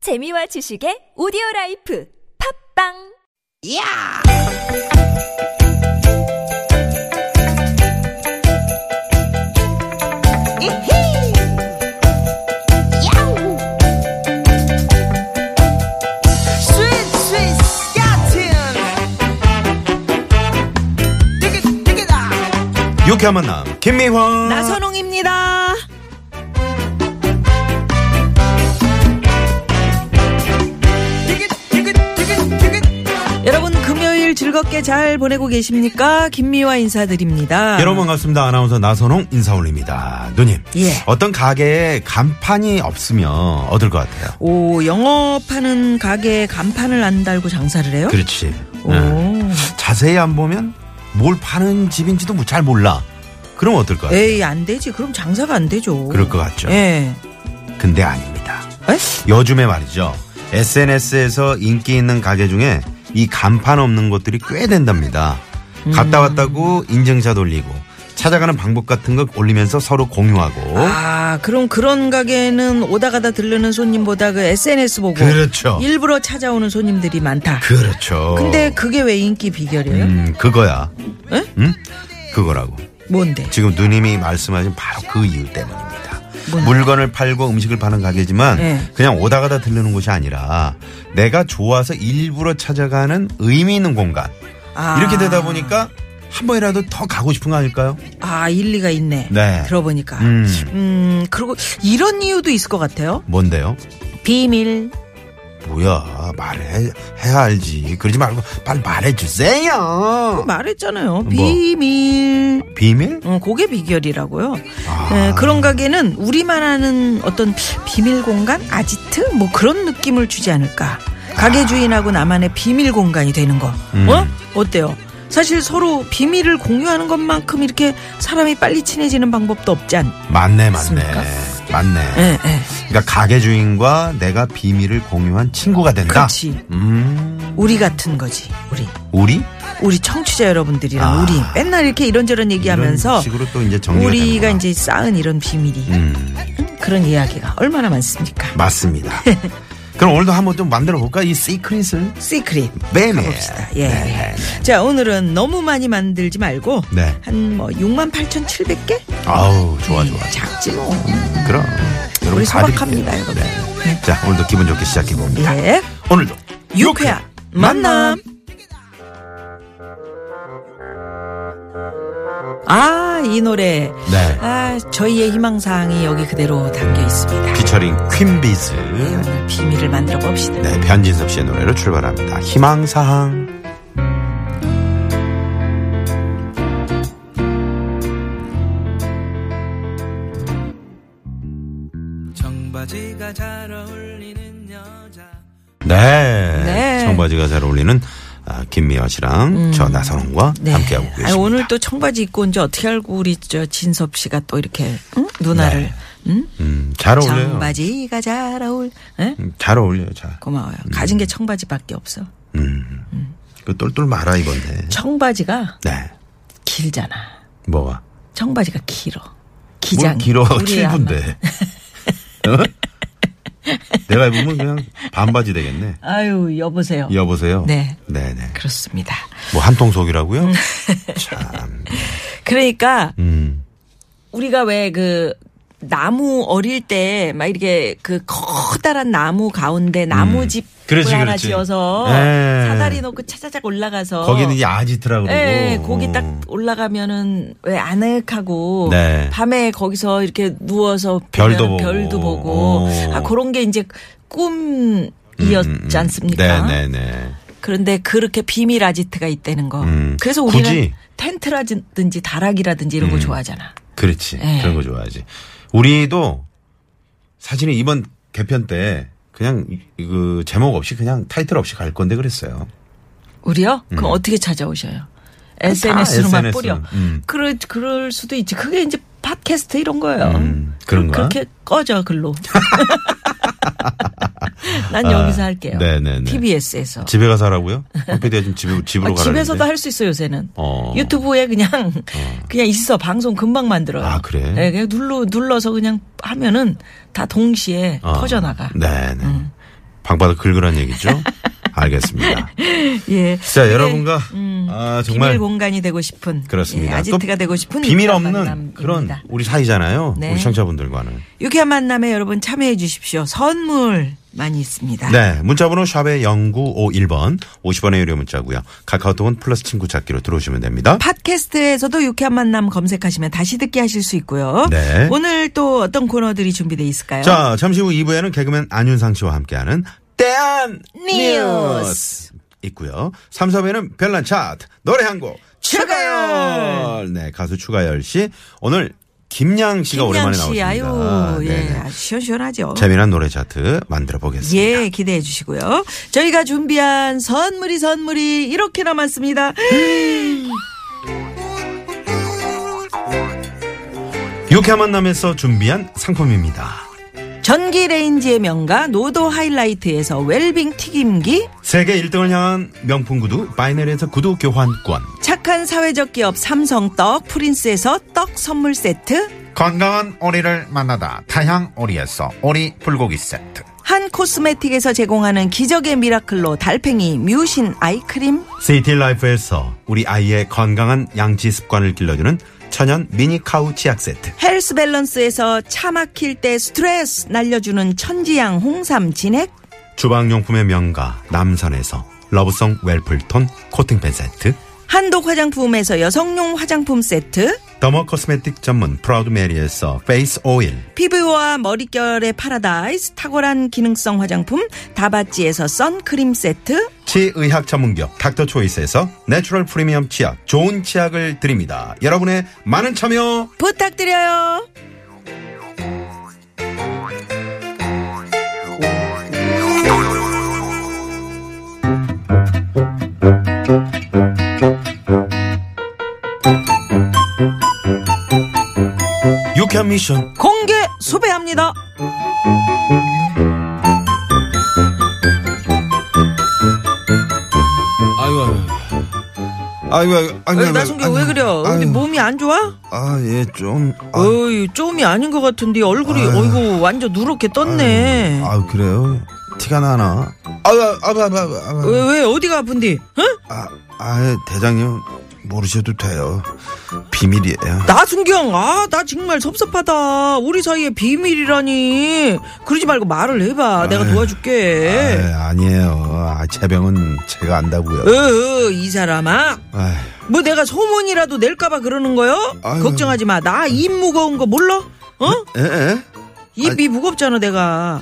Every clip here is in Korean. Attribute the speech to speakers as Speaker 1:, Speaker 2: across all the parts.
Speaker 1: 재미와 지식의 오디오 라이프 팝빵
Speaker 2: 야! 이히! 야우! 스윗, 스윗, 야틴! 디귿, 디귿아!
Speaker 3: 유쾌한 만남 김미화
Speaker 2: 나선홍입니다. 디귿, 디귿, 디귿, 디귿.
Speaker 4: 여러분 금요일 즐겁게 잘 보내고 계십니까? 김미화 인사드립니다.
Speaker 3: 여러분 반갑습니다 아나운서 나선홍 인사 올립니다 누님
Speaker 4: 예.
Speaker 3: 어떤 가게에 간판이 없으면 얻을 것 같아요
Speaker 4: 오 영업하는 가게에 간판을 안 달고 장사를 해요?
Speaker 3: 그렇지
Speaker 4: 오.
Speaker 3: 예. 자세히 안 보면 뭘 파는 집인지도 뭐 잘 몰라 그럼 어떨 것 같아요
Speaker 4: 에이 안 되지. 그럼 장사가 안 되죠.
Speaker 3: 네. 그럴 것 같죠
Speaker 4: 예.
Speaker 3: 근데 아닙니다
Speaker 4: 에?
Speaker 3: 요즘에 말이죠 SNS에서 인기 있는 가게 중에 이 간판 없는 곳들이 꽤 된답니다
Speaker 4: 음.
Speaker 3: 갔다 왔다고 인증샷 올리고 찾아가는 방법 같은 걸 올리면서 서로 공유하고
Speaker 4: 아 그럼 그런 가게는 오다 가다 들르는 손님보다 그 SNS 보고
Speaker 3: 그렇죠.
Speaker 4: 일부러 찾아오는 손님들이 많다.
Speaker 3: 그렇죠.
Speaker 4: 근데 그게 왜 인기 비결이에요? 예?
Speaker 3: 음 그거야.
Speaker 4: 에?
Speaker 3: 응? 그거라고.
Speaker 4: 뭔데?
Speaker 3: 지금 누님이 말씀하신 바로 그 이유 때문입니다.
Speaker 4: 뭔데?
Speaker 3: 물건을 팔고 음식을 파는 가게지만
Speaker 4: 네.
Speaker 3: 그냥 오다 가다 들르는 곳이 아니라 내가 좋아서 일부러 찾아가는 의미 있는 공간.
Speaker 4: 아.
Speaker 3: 이렇게 되다 보니까 한 번이라도 더 가고 싶은 거 아닐까요?
Speaker 4: 아 일리가 있네.
Speaker 3: 네.
Speaker 4: 들어보니까.
Speaker 3: 음.
Speaker 4: 음 그리고 이런 이유도 있을 것 같아요.
Speaker 3: 뭔데요?
Speaker 4: 비밀.
Speaker 3: 뭐야 말해 해야 알지. 그러지 말고 빨리 말해 주세요.
Speaker 4: 뭐
Speaker 3: 뭐?
Speaker 4: 말했잖아요. 비밀.
Speaker 3: 비밀?
Speaker 4: 어, 그게 비결이라고요.
Speaker 3: 아.
Speaker 4: 예, 그런 가게는 우리만 아는 어떤 비밀 공간, 아지트 뭐 그런 느낌을 주지 않을까. 가게 주인하고 나만의 비밀 공간이 되는 거.
Speaker 3: 음.
Speaker 4: 어? 어때요? 사실 서로 비밀을 공유하는 것만큼 이렇게 사람이 빨리 친해지는 방법도 없지 않.
Speaker 3: 맞네 맞네
Speaker 4: 맞습니까?
Speaker 3: 맞네.
Speaker 4: 예, 예.
Speaker 3: 그러니까 가게 주인과 내가 비밀을 공유한 친구가 된다.
Speaker 4: 그렇지.
Speaker 3: 음,
Speaker 4: 우리 같은 거지. 우리.
Speaker 3: 우리
Speaker 4: 우리 청취자 여러분들이랑
Speaker 3: 아.
Speaker 4: 우리 맨날 이렇게 이런저런 얘기하면서
Speaker 3: 이런 식으로 또 이제 정리가
Speaker 4: 우리가
Speaker 3: 되는구나.
Speaker 4: 이제 쌓은 이런 비밀이
Speaker 3: 음,
Speaker 4: 그런 이야기가 얼마나 많습니까?
Speaker 3: 맞습니다. 그럼 오늘도 한번 좀 만들어 볼까? 이 시크릿을
Speaker 4: 시크릿.
Speaker 3: 매매.
Speaker 4: 가봅시다. 예. 자, 오늘은 너무 많이 만들지 말고
Speaker 3: 네.
Speaker 4: 한 뭐 6만 8,700개?
Speaker 3: 아우 좋아 좋아.
Speaker 4: 작지 뭐.
Speaker 3: 그럼 여러분
Speaker 4: 우리
Speaker 3: 다
Speaker 4: 소박합니다,
Speaker 3: 드릴게요.
Speaker 4: 여러분.
Speaker 3: 네. 자 오늘도 기분 좋게 시작해 봅니다.
Speaker 4: 예.
Speaker 3: 오늘도
Speaker 4: 유쾌한 만남. 아, 이 노래.
Speaker 3: 네.
Speaker 4: 아, 저희의 희망사항이 여기 그대로 담겨 있습니다.
Speaker 3: 피처링 퀸비즈.
Speaker 4: 네, 오늘 비밀을 만들어 봅시다.
Speaker 3: 네, 변진섭 씨의 노래로 출발합니다. 희망사항.
Speaker 5: 청바지가 잘 어울리는 여자
Speaker 3: 네.
Speaker 4: 네. 음.
Speaker 3: 청바지가 잘 어울리는 아, 김미화 씨랑 저 나선홍과 함께하고 계십니다.
Speaker 4: 네. 아니, 오늘 또 청바지 입고 온 줄 어떻게 알고 우리 저 진섭 씨가 또 이렇게 응? 누나를
Speaker 3: 네.
Speaker 4: 응?
Speaker 3: 음, 잘 어울려요.
Speaker 4: 청바지가 잘 어울. 예?
Speaker 3: 음, 잘 어울려요, 잘.
Speaker 4: 고마워요. 가진 게 청바지밖에 없어.
Speaker 3: 음. 그 똘똘 말아 이건데.
Speaker 4: 청바지가
Speaker 3: 네.
Speaker 4: 길잖아.
Speaker 3: 뭐가?
Speaker 4: 청바지가 길어.
Speaker 3: 뭘
Speaker 4: 기장.
Speaker 3: 길어
Speaker 4: 우리 아마.
Speaker 3: 7분데. 어? 내가 입으면 그냥 반바지 되겠네.
Speaker 4: 아유 여보세요.
Speaker 3: 여보세요.
Speaker 4: 네. 음.
Speaker 3: 네, 네.
Speaker 4: 그렇습니다.
Speaker 3: 뭐 한통 속이라고요? 참.
Speaker 4: 그러니까
Speaker 3: 음.
Speaker 4: 우리가 왜 그 나무 어릴 때 막 이렇게 그 커다란 나무 가운데 나무집 을
Speaker 3: 음. 그렇지,
Speaker 4: 하나
Speaker 3: 그렇지.
Speaker 4: 지어서
Speaker 3: 예.
Speaker 4: 사다리 놓고 차차작 올라가서
Speaker 3: 거기는 이제 아지트라고 음, 그러고.
Speaker 4: 예, 거기 어. 딱 올라가면은 왜 아늑하고
Speaker 3: 네.
Speaker 4: 밤에 거기서 이렇게 누워서
Speaker 3: 별도
Speaker 4: 보면
Speaker 3: 보고.
Speaker 4: 별도 보고
Speaker 3: 오. 음,
Speaker 4: 아 그런 게 이제 꿈이었지 않습니까?
Speaker 3: 네, 네, 네.
Speaker 4: 그런데 그렇게 비밀 아지트가 있다는 거.
Speaker 3: 음.
Speaker 4: 그래서 우리는
Speaker 3: 굳이? 음.
Speaker 4: 텐트라든지 다락이라든지 이런 거 좋아하잖아.
Speaker 3: 그렇지.
Speaker 4: 예.
Speaker 3: 그런 거 좋아하지. 우리도 사실은 이번 개편 때 그냥 이- 그 제목 없이 그냥 타이틀 없이 갈 건데 그랬어요.
Speaker 4: 우리요? 그럼 어떻게 찾아오셔요? SNS로만 뿌려.
Speaker 3: 음.
Speaker 4: 그럴 그럴 수도 있지. 그게 이제 팟캐스트 이런 거예요.
Speaker 3: 음, 그런가?
Speaker 4: 그렇게 꺼져 글로. 난 여기서 할게요.
Speaker 3: 아, 네네네.
Speaker 4: TBS에서. 아,
Speaker 3: 집에 가서 하라고요? 황피디가 지금 집에, 집으로 가라.
Speaker 4: 집에서도 할 수 있어 요새는.
Speaker 3: 어.
Speaker 4: 유튜브에 그냥 그냥 있어 방송 금방 만들어요.
Speaker 3: 아, 그래?
Speaker 4: 네, 그냥
Speaker 3: 아, 네.
Speaker 4: 눌러 눌러서 그냥 하면은 다 동시에 퍼져나가.
Speaker 3: 어.
Speaker 4: 음.
Speaker 3: 네네. 방바닥 긁으란 얘기죠? 알겠습니다.
Speaker 4: 예.
Speaker 3: 자, 여러분과 아, 정말
Speaker 4: 음. 비밀 공간이 되고 싶은
Speaker 3: 그렇습니다.
Speaker 4: 예, 아지트가 되고 싶은
Speaker 3: 비밀
Speaker 4: 유쾌한
Speaker 3: 없는
Speaker 4: 만남입니다.
Speaker 3: 그런 우리 사이잖아요.
Speaker 4: 네.
Speaker 3: 우리 청취자분들과는.
Speaker 4: 유쾌한 만남에 여러분 참여해 주십시오. 선물 많이 있습니다.
Speaker 3: 네, 문자번호 샵의 0951번 50원의 유료 문자고요. 카카오톡은 플러스 친구 찾기로 들어오시면 됩니다.
Speaker 4: 팟캐스트에서도 유쾌한 만남 검색하시면 다시 듣게 하실 수 있고요.
Speaker 3: 네.
Speaker 4: 오늘 또 어떤 코너들이 준비돼 있을까요?
Speaker 3: 자, 잠시 후 2부에는 개그맨 안윤상 씨와 함께하는 대한 뉴스 있고요. 3, 4부에는 별난 차트 노래 한 곡 추가열. 네, 가수 추가열 씨 오늘 김양 씨가
Speaker 4: 김양
Speaker 3: 오랜만에
Speaker 4: 씨,
Speaker 3: 나오십니다.
Speaker 4: 아유, 예,
Speaker 3: 네네.
Speaker 4: 아주 시원시원하죠.
Speaker 3: 재미난 노래 차트 만들어 보겠습니다.
Speaker 4: 예, 기대해 주시고요. 저희가 준비한 선물이 선물이 이렇게나 많습니다.
Speaker 3: 유쾌한 만남에서 준비한 상품입니다.
Speaker 4: 전기 레인지의 명가 노도 하이라이트에서 웰빙 튀김기
Speaker 3: 세계 1등을 향한 명품 구두 바이넬에서 구두 교환권
Speaker 4: 착한 사회적 기업 삼성떡 프린스에서 떡 선물 세트
Speaker 6: 건강한 오리를 만나다 타향 오리에서 오리 불고기 세트
Speaker 4: 한 코스메틱에서 제공하는 기적의 미라클로 달팽이 뮤신 아이크림
Speaker 3: 시티라이프에서 우리 아이의 건강한 양치 습관을 길러주는 천연 미니 카우 치약 세트
Speaker 4: 헬스 밸런스에서 차 막힐 때 스트레스 날려주는 천지양 홍삼 진액
Speaker 3: 주방용품의 명가 남선에서 러브송 웰플톤 코팅팬 세트
Speaker 4: 한독 화장품에서 여성용 화장품 세트
Speaker 3: 더머 코스메틱 전문 프라우드 메리에서 페이스 오일
Speaker 4: 피부와 머릿결의 파라다이스 탁월한 기능성 화장품 다바찌에서 선크림 세트
Speaker 3: 치의학 전문기업 닥터 초이스에서 내추럴 프리미엄 치약 좋은 치약을 드립니다 여러분의 많은 참여
Speaker 4: 부탁드려요.
Speaker 3: 유쾌한 미션
Speaker 4: 공개 수배합니다.
Speaker 5: 아이고, 아이고.
Speaker 3: 아이고, 아이고, 아이고,
Speaker 4: 왜
Speaker 3: 아이고,
Speaker 4: 나순경
Speaker 3: 아이고,
Speaker 4: 왜 그래요? 우리
Speaker 3: 아이고,
Speaker 4: 몸이 안 좋아?
Speaker 3: 아, 예, 좀. 아,
Speaker 4: 어이 좀이 아닌 것 같은데 얼굴이 어이구 완전 누렇게 떴네.
Speaker 3: 아, 그래요? 티가 나나? 아, 아, 아, 아, 아,
Speaker 4: 왜, 왜 어디가 아픈디? 응?
Speaker 3: 아, 아, 아, 대장님, 모르셔도 돼요. 비밀이에요.
Speaker 4: 나순경 아 나 정말 섭섭하다. 우리 사이에 비밀이라니. 그러지 말고 말을 해봐. 내가 도와줄게.
Speaker 3: 아, 아니에요. 아, 재병은 제가 안다고요.
Speaker 4: 으, 이 사람아.
Speaker 3: 아휴,
Speaker 4: 뭐 내가 소문이라도 낼까봐 그러는 거요?
Speaker 3: 아유.
Speaker 4: 걱정하지 마. 나 입 무거운 거 몰라? 어?
Speaker 3: 에, 에?
Speaker 4: 입이 무겁잖아 내가.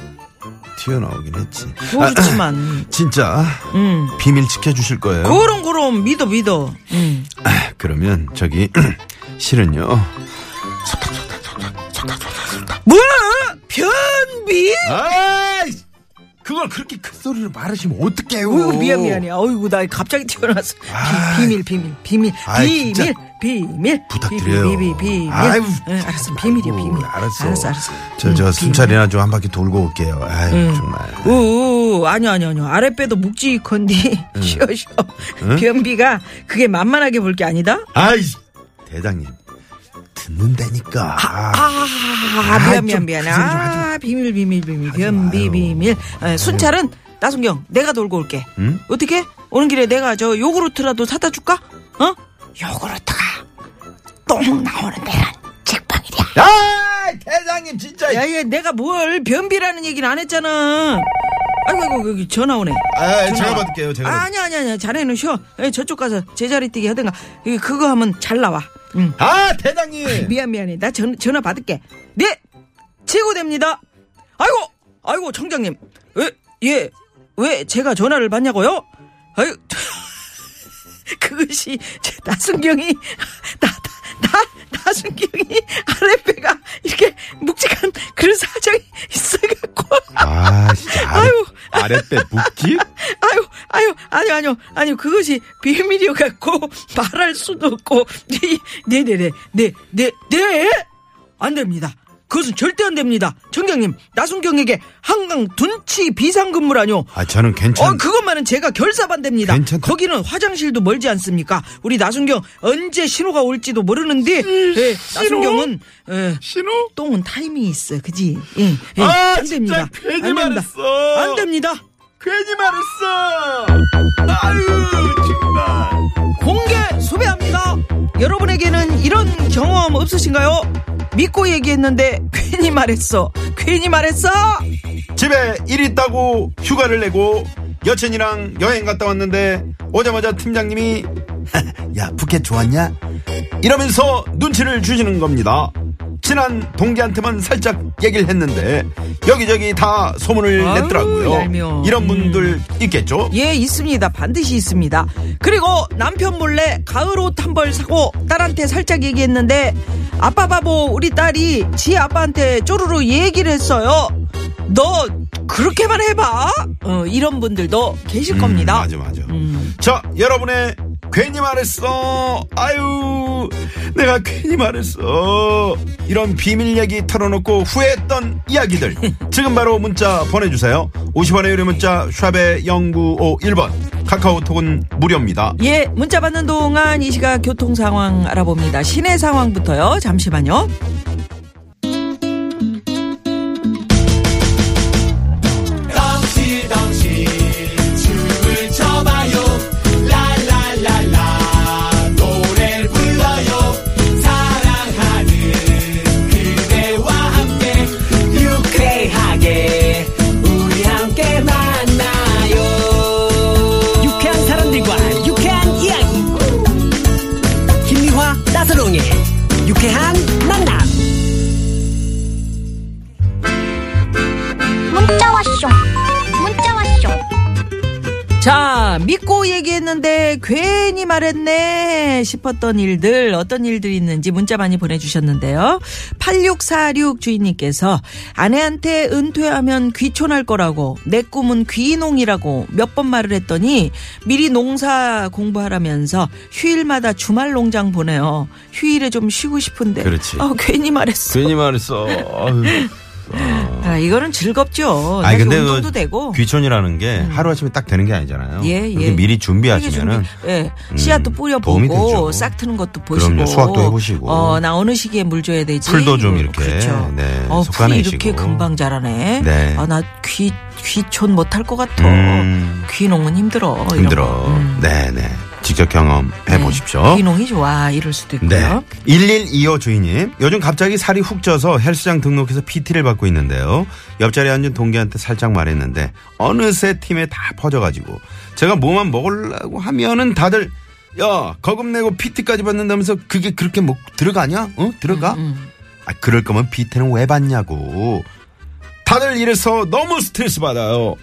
Speaker 3: 튀어나오긴 했지.
Speaker 4: 모르지만.
Speaker 3: 진짜
Speaker 4: 음.
Speaker 3: 비밀 지켜주실 거예요?
Speaker 4: 그럼 그럼 믿어 믿어. 음.
Speaker 3: 아, 그러면 저기 실은요.
Speaker 4: 뭐야? 변비?
Speaker 3: 아이, 그걸 그렇게 큰 소리로 말하시면 어떡해요?
Speaker 4: 어이구, 미안 미안해. 어이구 나 갑자기 튀어나왔어. 비-
Speaker 3: 아.
Speaker 4: 비밀 비밀 비밀
Speaker 3: 아이,
Speaker 4: 비밀
Speaker 3: 진짜.
Speaker 4: 비밀
Speaker 3: 부탁드려요.
Speaker 4: 비밀 비밀 비밀.
Speaker 3: 아이고,
Speaker 4: 응, 알았어 비밀이야
Speaker 3: 아이고,
Speaker 4: 비밀.
Speaker 3: 알았어.
Speaker 4: 알았어 알았어. 음,
Speaker 3: 저, 저 순찰이나 좀 한 바퀴 돌고 올게요. 아유, 정말.
Speaker 4: 오, 아니 아니 아니 아랫배도 묵직한디 쉬어 쉬어 변비가 그게 만만하게 볼 게 아니다
Speaker 3: 아이, 대장님. 듣는다니까.
Speaker 4: 아,
Speaker 3: 아,
Speaker 4: 미안
Speaker 3: 좀
Speaker 4: 미안 미안
Speaker 3: 그 소리 좀 하지
Speaker 4: 아 비밀 비밀 비밀
Speaker 3: 마요. 아,
Speaker 4: 변비 비밀 에, 순찰은 나순경 내가 돌고 올게
Speaker 3: 응?
Speaker 4: 어떻게 오는 길에 내가 저 요구르트라도 사다 줄까 어 요구르트가 똥 나오는 데는 직방이야
Speaker 3: 아이, 대장님, 진짜.
Speaker 4: 야야 내가 뭘 변비라는 얘기는 안 했잖아 아이고 아이고 여기 전화 오네
Speaker 3: 아, 제가
Speaker 4: 전화.
Speaker 3: 받을게요, 제가. 받-
Speaker 4: 아니 아니 아니 자네는 쉬어 에, 저쪽 가서 제자리 뛰기 하든가 이, 그거 하면 잘 나와 음. 응.
Speaker 3: 아, 대장님.
Speaker 4: 미안 미안해 나 전, 전화 받을게 네 최고됩니다 아이고 아이고 청장님 왜예왜 제가 전화를 받냐고요 아유 그것이 제 나순경이 나나 나순경이 아랫배가 이렇게 묵직한 그런 사정이 있어갖고
Speaker 3: 아, 진짜. 아래,
Speaker 4: 아유.
Speaker 3: 아랫배 묵기?
Speaker 4: 아유, 아유, 아니요, 아니요, 아니요. 그것이 비밀이어 갖고 말할 수도 없고, 네, 네, 네, 네, 네, 네, 안 됩니다. 그것은 절대 안 됩니다. 정경님, 나순경에게 한강 둔치 비상근무 라뇨.
Speaker 3: 아, 저는
Speaker 4: 어,
Speaker 3: 괜찮.
Speaker 4: 그것만은 제가 결사반대입니다.
Speaker 3: 괜찮다.
Speaker 4: 거기는 화장실도 멀지 않습니까? 우리 나순경 언제 신호가 올지도 모르는데, 예, 나순경은 예,
Speaker 3: 음, 신호?
Speaker 4: 똥은 타이밍이 있어, 그지? 예, 예,
Speaker 3: 아,
Speaker 4: 안
Speaker 3: 진짜
Speaker 4: 됩니다.
Speaker 3: 괜히
Speaker 4: 안 됩니다.
Speaker 3: 말했어.
Speaker 4: 안 됩니다.
Speaker 7: 괜히 말했어. 아유 정말.
Speaker 4: 공개 수배합니다. 여러분에게는 이런 경험 없으신가요? 믿고 얘기했는데 괜히 말했어. 괜히 말했어.
Speaker 3: 집에 일 있다고 휴가를 내고 여친이랑 여행 갔다 왔는데 오자마자 팀장님이 야 부켓 좋았냐? 이러면서 눈치를 주시는 겁니다. 친한 동기한테만 살짝 얘기를 했는데 여기저기 다 소문을
Speaker 4: 아유,
Speaker 3: 냈더라고요.
Speaker 4: 얄미워.
Speaker 3: 이런 분들 있겠죠?
Speaker 4: 예, 있습니다. 반드시 있습니다. 그리고 남편 몰래 가을 옷 한 벌 사고 딸한테 살짝 얘기했는데 아빠 바보 우리 딸이 지 아빠한테 쪼르르 얘기를 했어요. 너 그렇게만 해봐. 어, 이런 분들도 계실 겁니다.
Speaker 3: 음, 맞아 맞아. 자 여러분의 괜히 말했어. 아유 내가 괜히 말했어. 이런 비밀 얘기 털어놓고 후회했던 이야기들 지금 바로 문자 보내주세요. 50원의 유료 문자 샵의 0951번 카카오톡은 무료입니다.
Speaker 4: 예, 문자 받는 동안 이 시각 교통 상황 알아봅니다. 시내 상황부터요. 잠시만요.
Speaker 8: 유쾌한 사람들과 유쾌한 이야기 김미화 나서롱의 유쾌한 만남
Speaker 9: 문자 왔쇼 문자 왔쇼
Speaker 4: 자, 믿고 얘기했는데 괜히 말했네 싶었던 일들, 어떤 일들이 있는지 문자 많이 보내주셨는데요. 8646 주인님께서 아내한테 은퇴하면 귀촌할 거라고 내 꿈은 귀농이라고 몇 번 말을 했더니 미리 농사 공부하라면서 휴일마다 주말 농장 보내요. 휴일에 좀 쉬고 싶은데.
Speaker 3: 그렇지.
Speaker 4: 아, 괜히 말했어.
Speaker 3: 말했어.
Speaker 4: 아, 이거는 즐겁죠.
Speaker 3: 그- 아니
Speaker 4: 사실
Speaker 3: 근데
Speaker 4: 운동도
Speaker 3: 그
Speaker 4: 되고. 음.
Speaker 3: 귀촌이라는 게 하루 아침에 딱 되는 게 아니잖아요.
Speaker 4: 예, 예.
Speaker 3: 그렇게 미리 준비하시면은 음,
Speaker 4: 미리 준비. 예. 씨앗도
Speaker 3: 도움이 되죠.
Speaker 4: 뿌려보고 싹 트는 것도 보시고
Speaker 3: 그럼요. 수확도 해보시고.
Speaker 4: 어, 나 어느 시기에 물 줘야 되지.
Speaker 3: 풀도 좀 이렇게,
Speaker 4: 그렇죠.
Speaker 3: 네,
Speaker 4: 어, 풀이
Speaker 3: 솎아내시고.
Speaker 4: 이렇게 금방 자라네.
Speaker 3: 네.
Speaker 4: 아, 나 귀 귀촌 못할 것 같아.
Speaker 3: 음.
Speaker 4: 귀농은 힘들어. 이런
Speaker 3: 힘들어.
Speaker 4: 거. 음. 네.
Speaker 3: 네네 직접 경험해 보십시오.
Speaker 4: 귀농이 좋아 이럴 수도
Speaker 3: 네.
Speaker 4: 있고요.
Speaker 3: 1125 주인님. 요즘 갑자기 살이 훅 쪄서 헬스장 등록해서 PT를 받고 있는데요. 옆자리에 앉은 동기한테 살짝 말했는데 어느새 팀에 다 퍼져가지고 제가 뭐만 먹으려고 하면은 다들 야 거금 내고 PT까지 받는다면서 그게 그렇게 뭐 들어가냐? 어?
Speaker 4: 음,
Speaker 3: 들어가? 아 그럴 거면 PT는 왜 받냐고. 다들 이래서 너무 스트레스 받아요.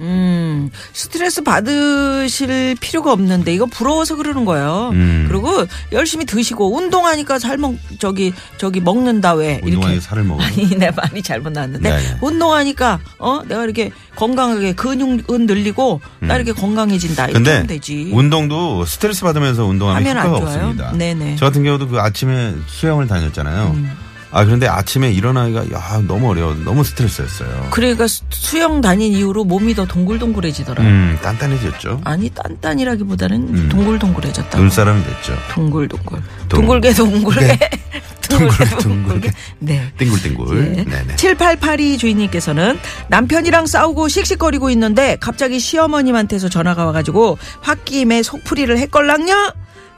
Speaker 4: 음, 스트레스 받으실 필요가 없는데 이거 부러워서 그러는 거예요.
Speaker 3: 음.
Speaker 4: 그리고 열심히 드시고 운동하니까 살먹 저기 저기 먹는다 왜
Speaker 3: 운동하게
Speaker 4: 이렇게
Speaker 3: 살을 먹어.
Speaker 4: 아니 내 말이 잘못 나왔는데
Speaker 3: 네네.
Speaker 4: 운동하니까 어 내가 이렇게 건강하게 근육은 늘리고 나 이렇게 건강해진다 이렇게
Speaker 3: 음. 근데
Speaker 4: 하면 되지.
Speaker 3: 운동도 스트레스 받으면서 운동하면
Speaker 4: 하면 안
Speaker 3: 효과가
Speaker 4: 좋아요?
Speaker 3: 없습니다.
Speaker 4: 네네.
Speaker 3: 저 같은 경우도 그 아침에 수영을 다녔잖아요.
Speaker 4: 음.
Speaker 3: 아 그런데 아침에 일어나기가 야 너무 어려워 너무 스트레스였어요.
Speaker 4: 그러니까 수- 수영 다닌 이후로 몸이 더 동글동글해지더라.
Speaker 3: 음 단단해졌죠.
Speaker 4: 아니 딴딴이라기보다는
Speaker 3: 음.
Speaker 4: 동글동글해졌다.
Speaker 3: 눈사람이 됐죠.
Speaker 4: 동글동글. 동글게 동글게.
Speaker 3: 동글게 동글게.
Speaker 4: 네.
Speaker 3: 띵굴띵굴.
Speaker 4: 예.
Speaker 3: 네네.
Speaker 4: 7882 주인님께서는 남편이랑 싸우고 씩씩거리고 있는데 갑자기 시어머님한테서 전화가 와가지고 홧김에 속풀이를 했걸랑요?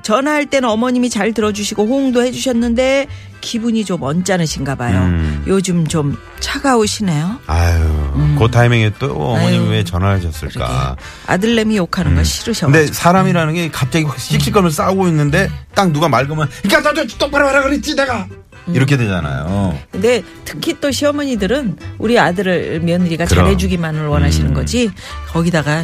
Speaker 4: 전화할 때는 어머님이 잘 들어주시고 호응도 해주셨는데 기분이 좀 언짢으신가 봐요.
Speaker 3: 음.
Speaker 4: 요즘 좀 차가우시네요.
Speaker 3: 아유 그 타이밍에 또 어머님
Speaker 4: 음. 아유.
Speaker 3: 왜 전화하셨을까.
Speaker 4: 아들내미 욕하는 거 싫으셔.
Speaker 3: 음. 근데 사람이라는 게 갑자기 확 씩씩거리면 싸우고 있는데 딱 누가 말 거면 그러니까 너도 똑바로 하라 그랬지 내가
Speaker 4: 음.
Speaker 3: 이렇게 되잖아요.
Speaker 4: 근데 특히 또 시어머니들은 우리 아들을 며느리가
Speaker 3: 그럼. 음.
Speaker 4: 잘해주기만을 원하시는 거지 거기다가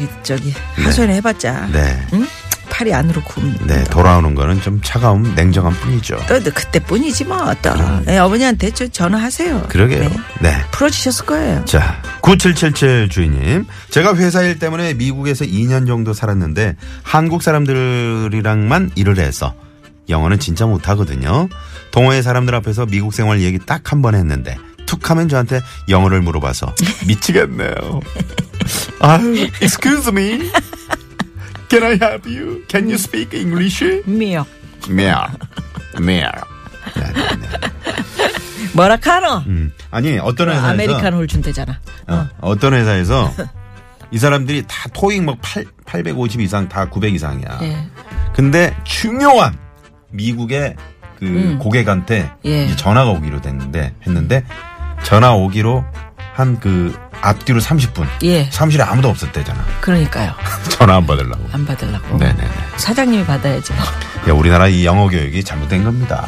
Speaker 4: 이- 저기 하소연해 해봤자
Speaker 3: 네.
Speaker 4: 응? 팔이 안으로 굽는다.
Speaker 3: 네, 돌아오는 거는 좀 차가움, 냉정함 뿐이죠.
Speaker 4: 또 그때뿐이지 뭐 또. 네, 어머니한테 저 전화하세요.
Speaker 3: 아. 그러게요.
Speaker 4: 네.
Speaker 3: 네.
Speaker 4: 풀어주셨을 거예요.
Speaker 3: 자, 9777 주인님. 제가 회사 일 때문에 미국에서 2년 정도 살았는데 한국 사람들이랑만 일을 해서 영어는 진짜 못하거든요. 동호회 사람들 앞에서 미국 생활 얘기 딱 한 번 했는데 툭 하면 저한테 영어를 물어봐서 미치겠네요. 아유, excuse me. Can I help you? Can you speak English?
Speaker 4: 미역
Speaker 6: 미안. 미안.
Speaker 3: 네, 네, 네.
Speaker 4: 뭐라 카노?
Speaker 3: 음. 아니, 어떤 회사에서
Speaker 4: 아메리칸 홀 준대잖아.
Speaker 3: 어, 어떤 회사에서 이 사람들이 다 토익 막 8, 850 이상 다 900 이상이야.
Speaker 4: 예.
Speaker 3: 근데 중요한 미국의 그 고객한테
Speaker 4: 음. 예.
Speaker 3: 이제 전화가 오기로 됐는데 했는데 전화 오기로 한 그 앞뒤로 30분.
Speaker 4: 예.
Speaker 3: 사무실에 아무도 없었대잖아.
Speaker 4: 그러니까요.
Speaker 3: 전화 안 받으려고.
Speaker 4: 안 받으려고.
Speaker 3: 네네네.
Speaker 4: 사장님이 어, 받아야죠.
Speaker 3: 야, 우리나라 이 영어 교육이 잘못된 겁니다.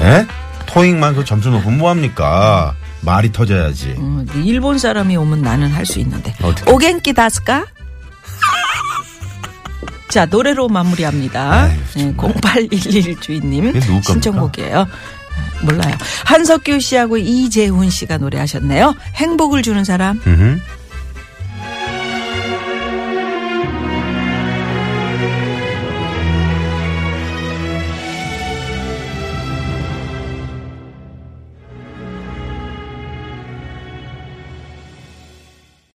Speaker 3: 예? 토익만 그 점수 높으면 뭐합니까? 말이 터져야지.
Speaker 4: 어, 근데 일본 사람이 오면 나는 할 수 있는데.
Speaker 3: 어떻게?
Speaker 4: 오겐키 다스까? 자, 노래로 마무리합니다.
Speaker 3: 아유,
Speaker 4: 네,
Speaker 3: 정말.
Speaker 4: 0811 주인님
Speaker 3: 이게 누구 겁니까?
Speaker 4: 신청곡이에요. 아, 몰라요. 한석규 씨하고 이재훈 씨가 노래하셨네요. 행복을 주는 사람.
Speaker 3: 음흠.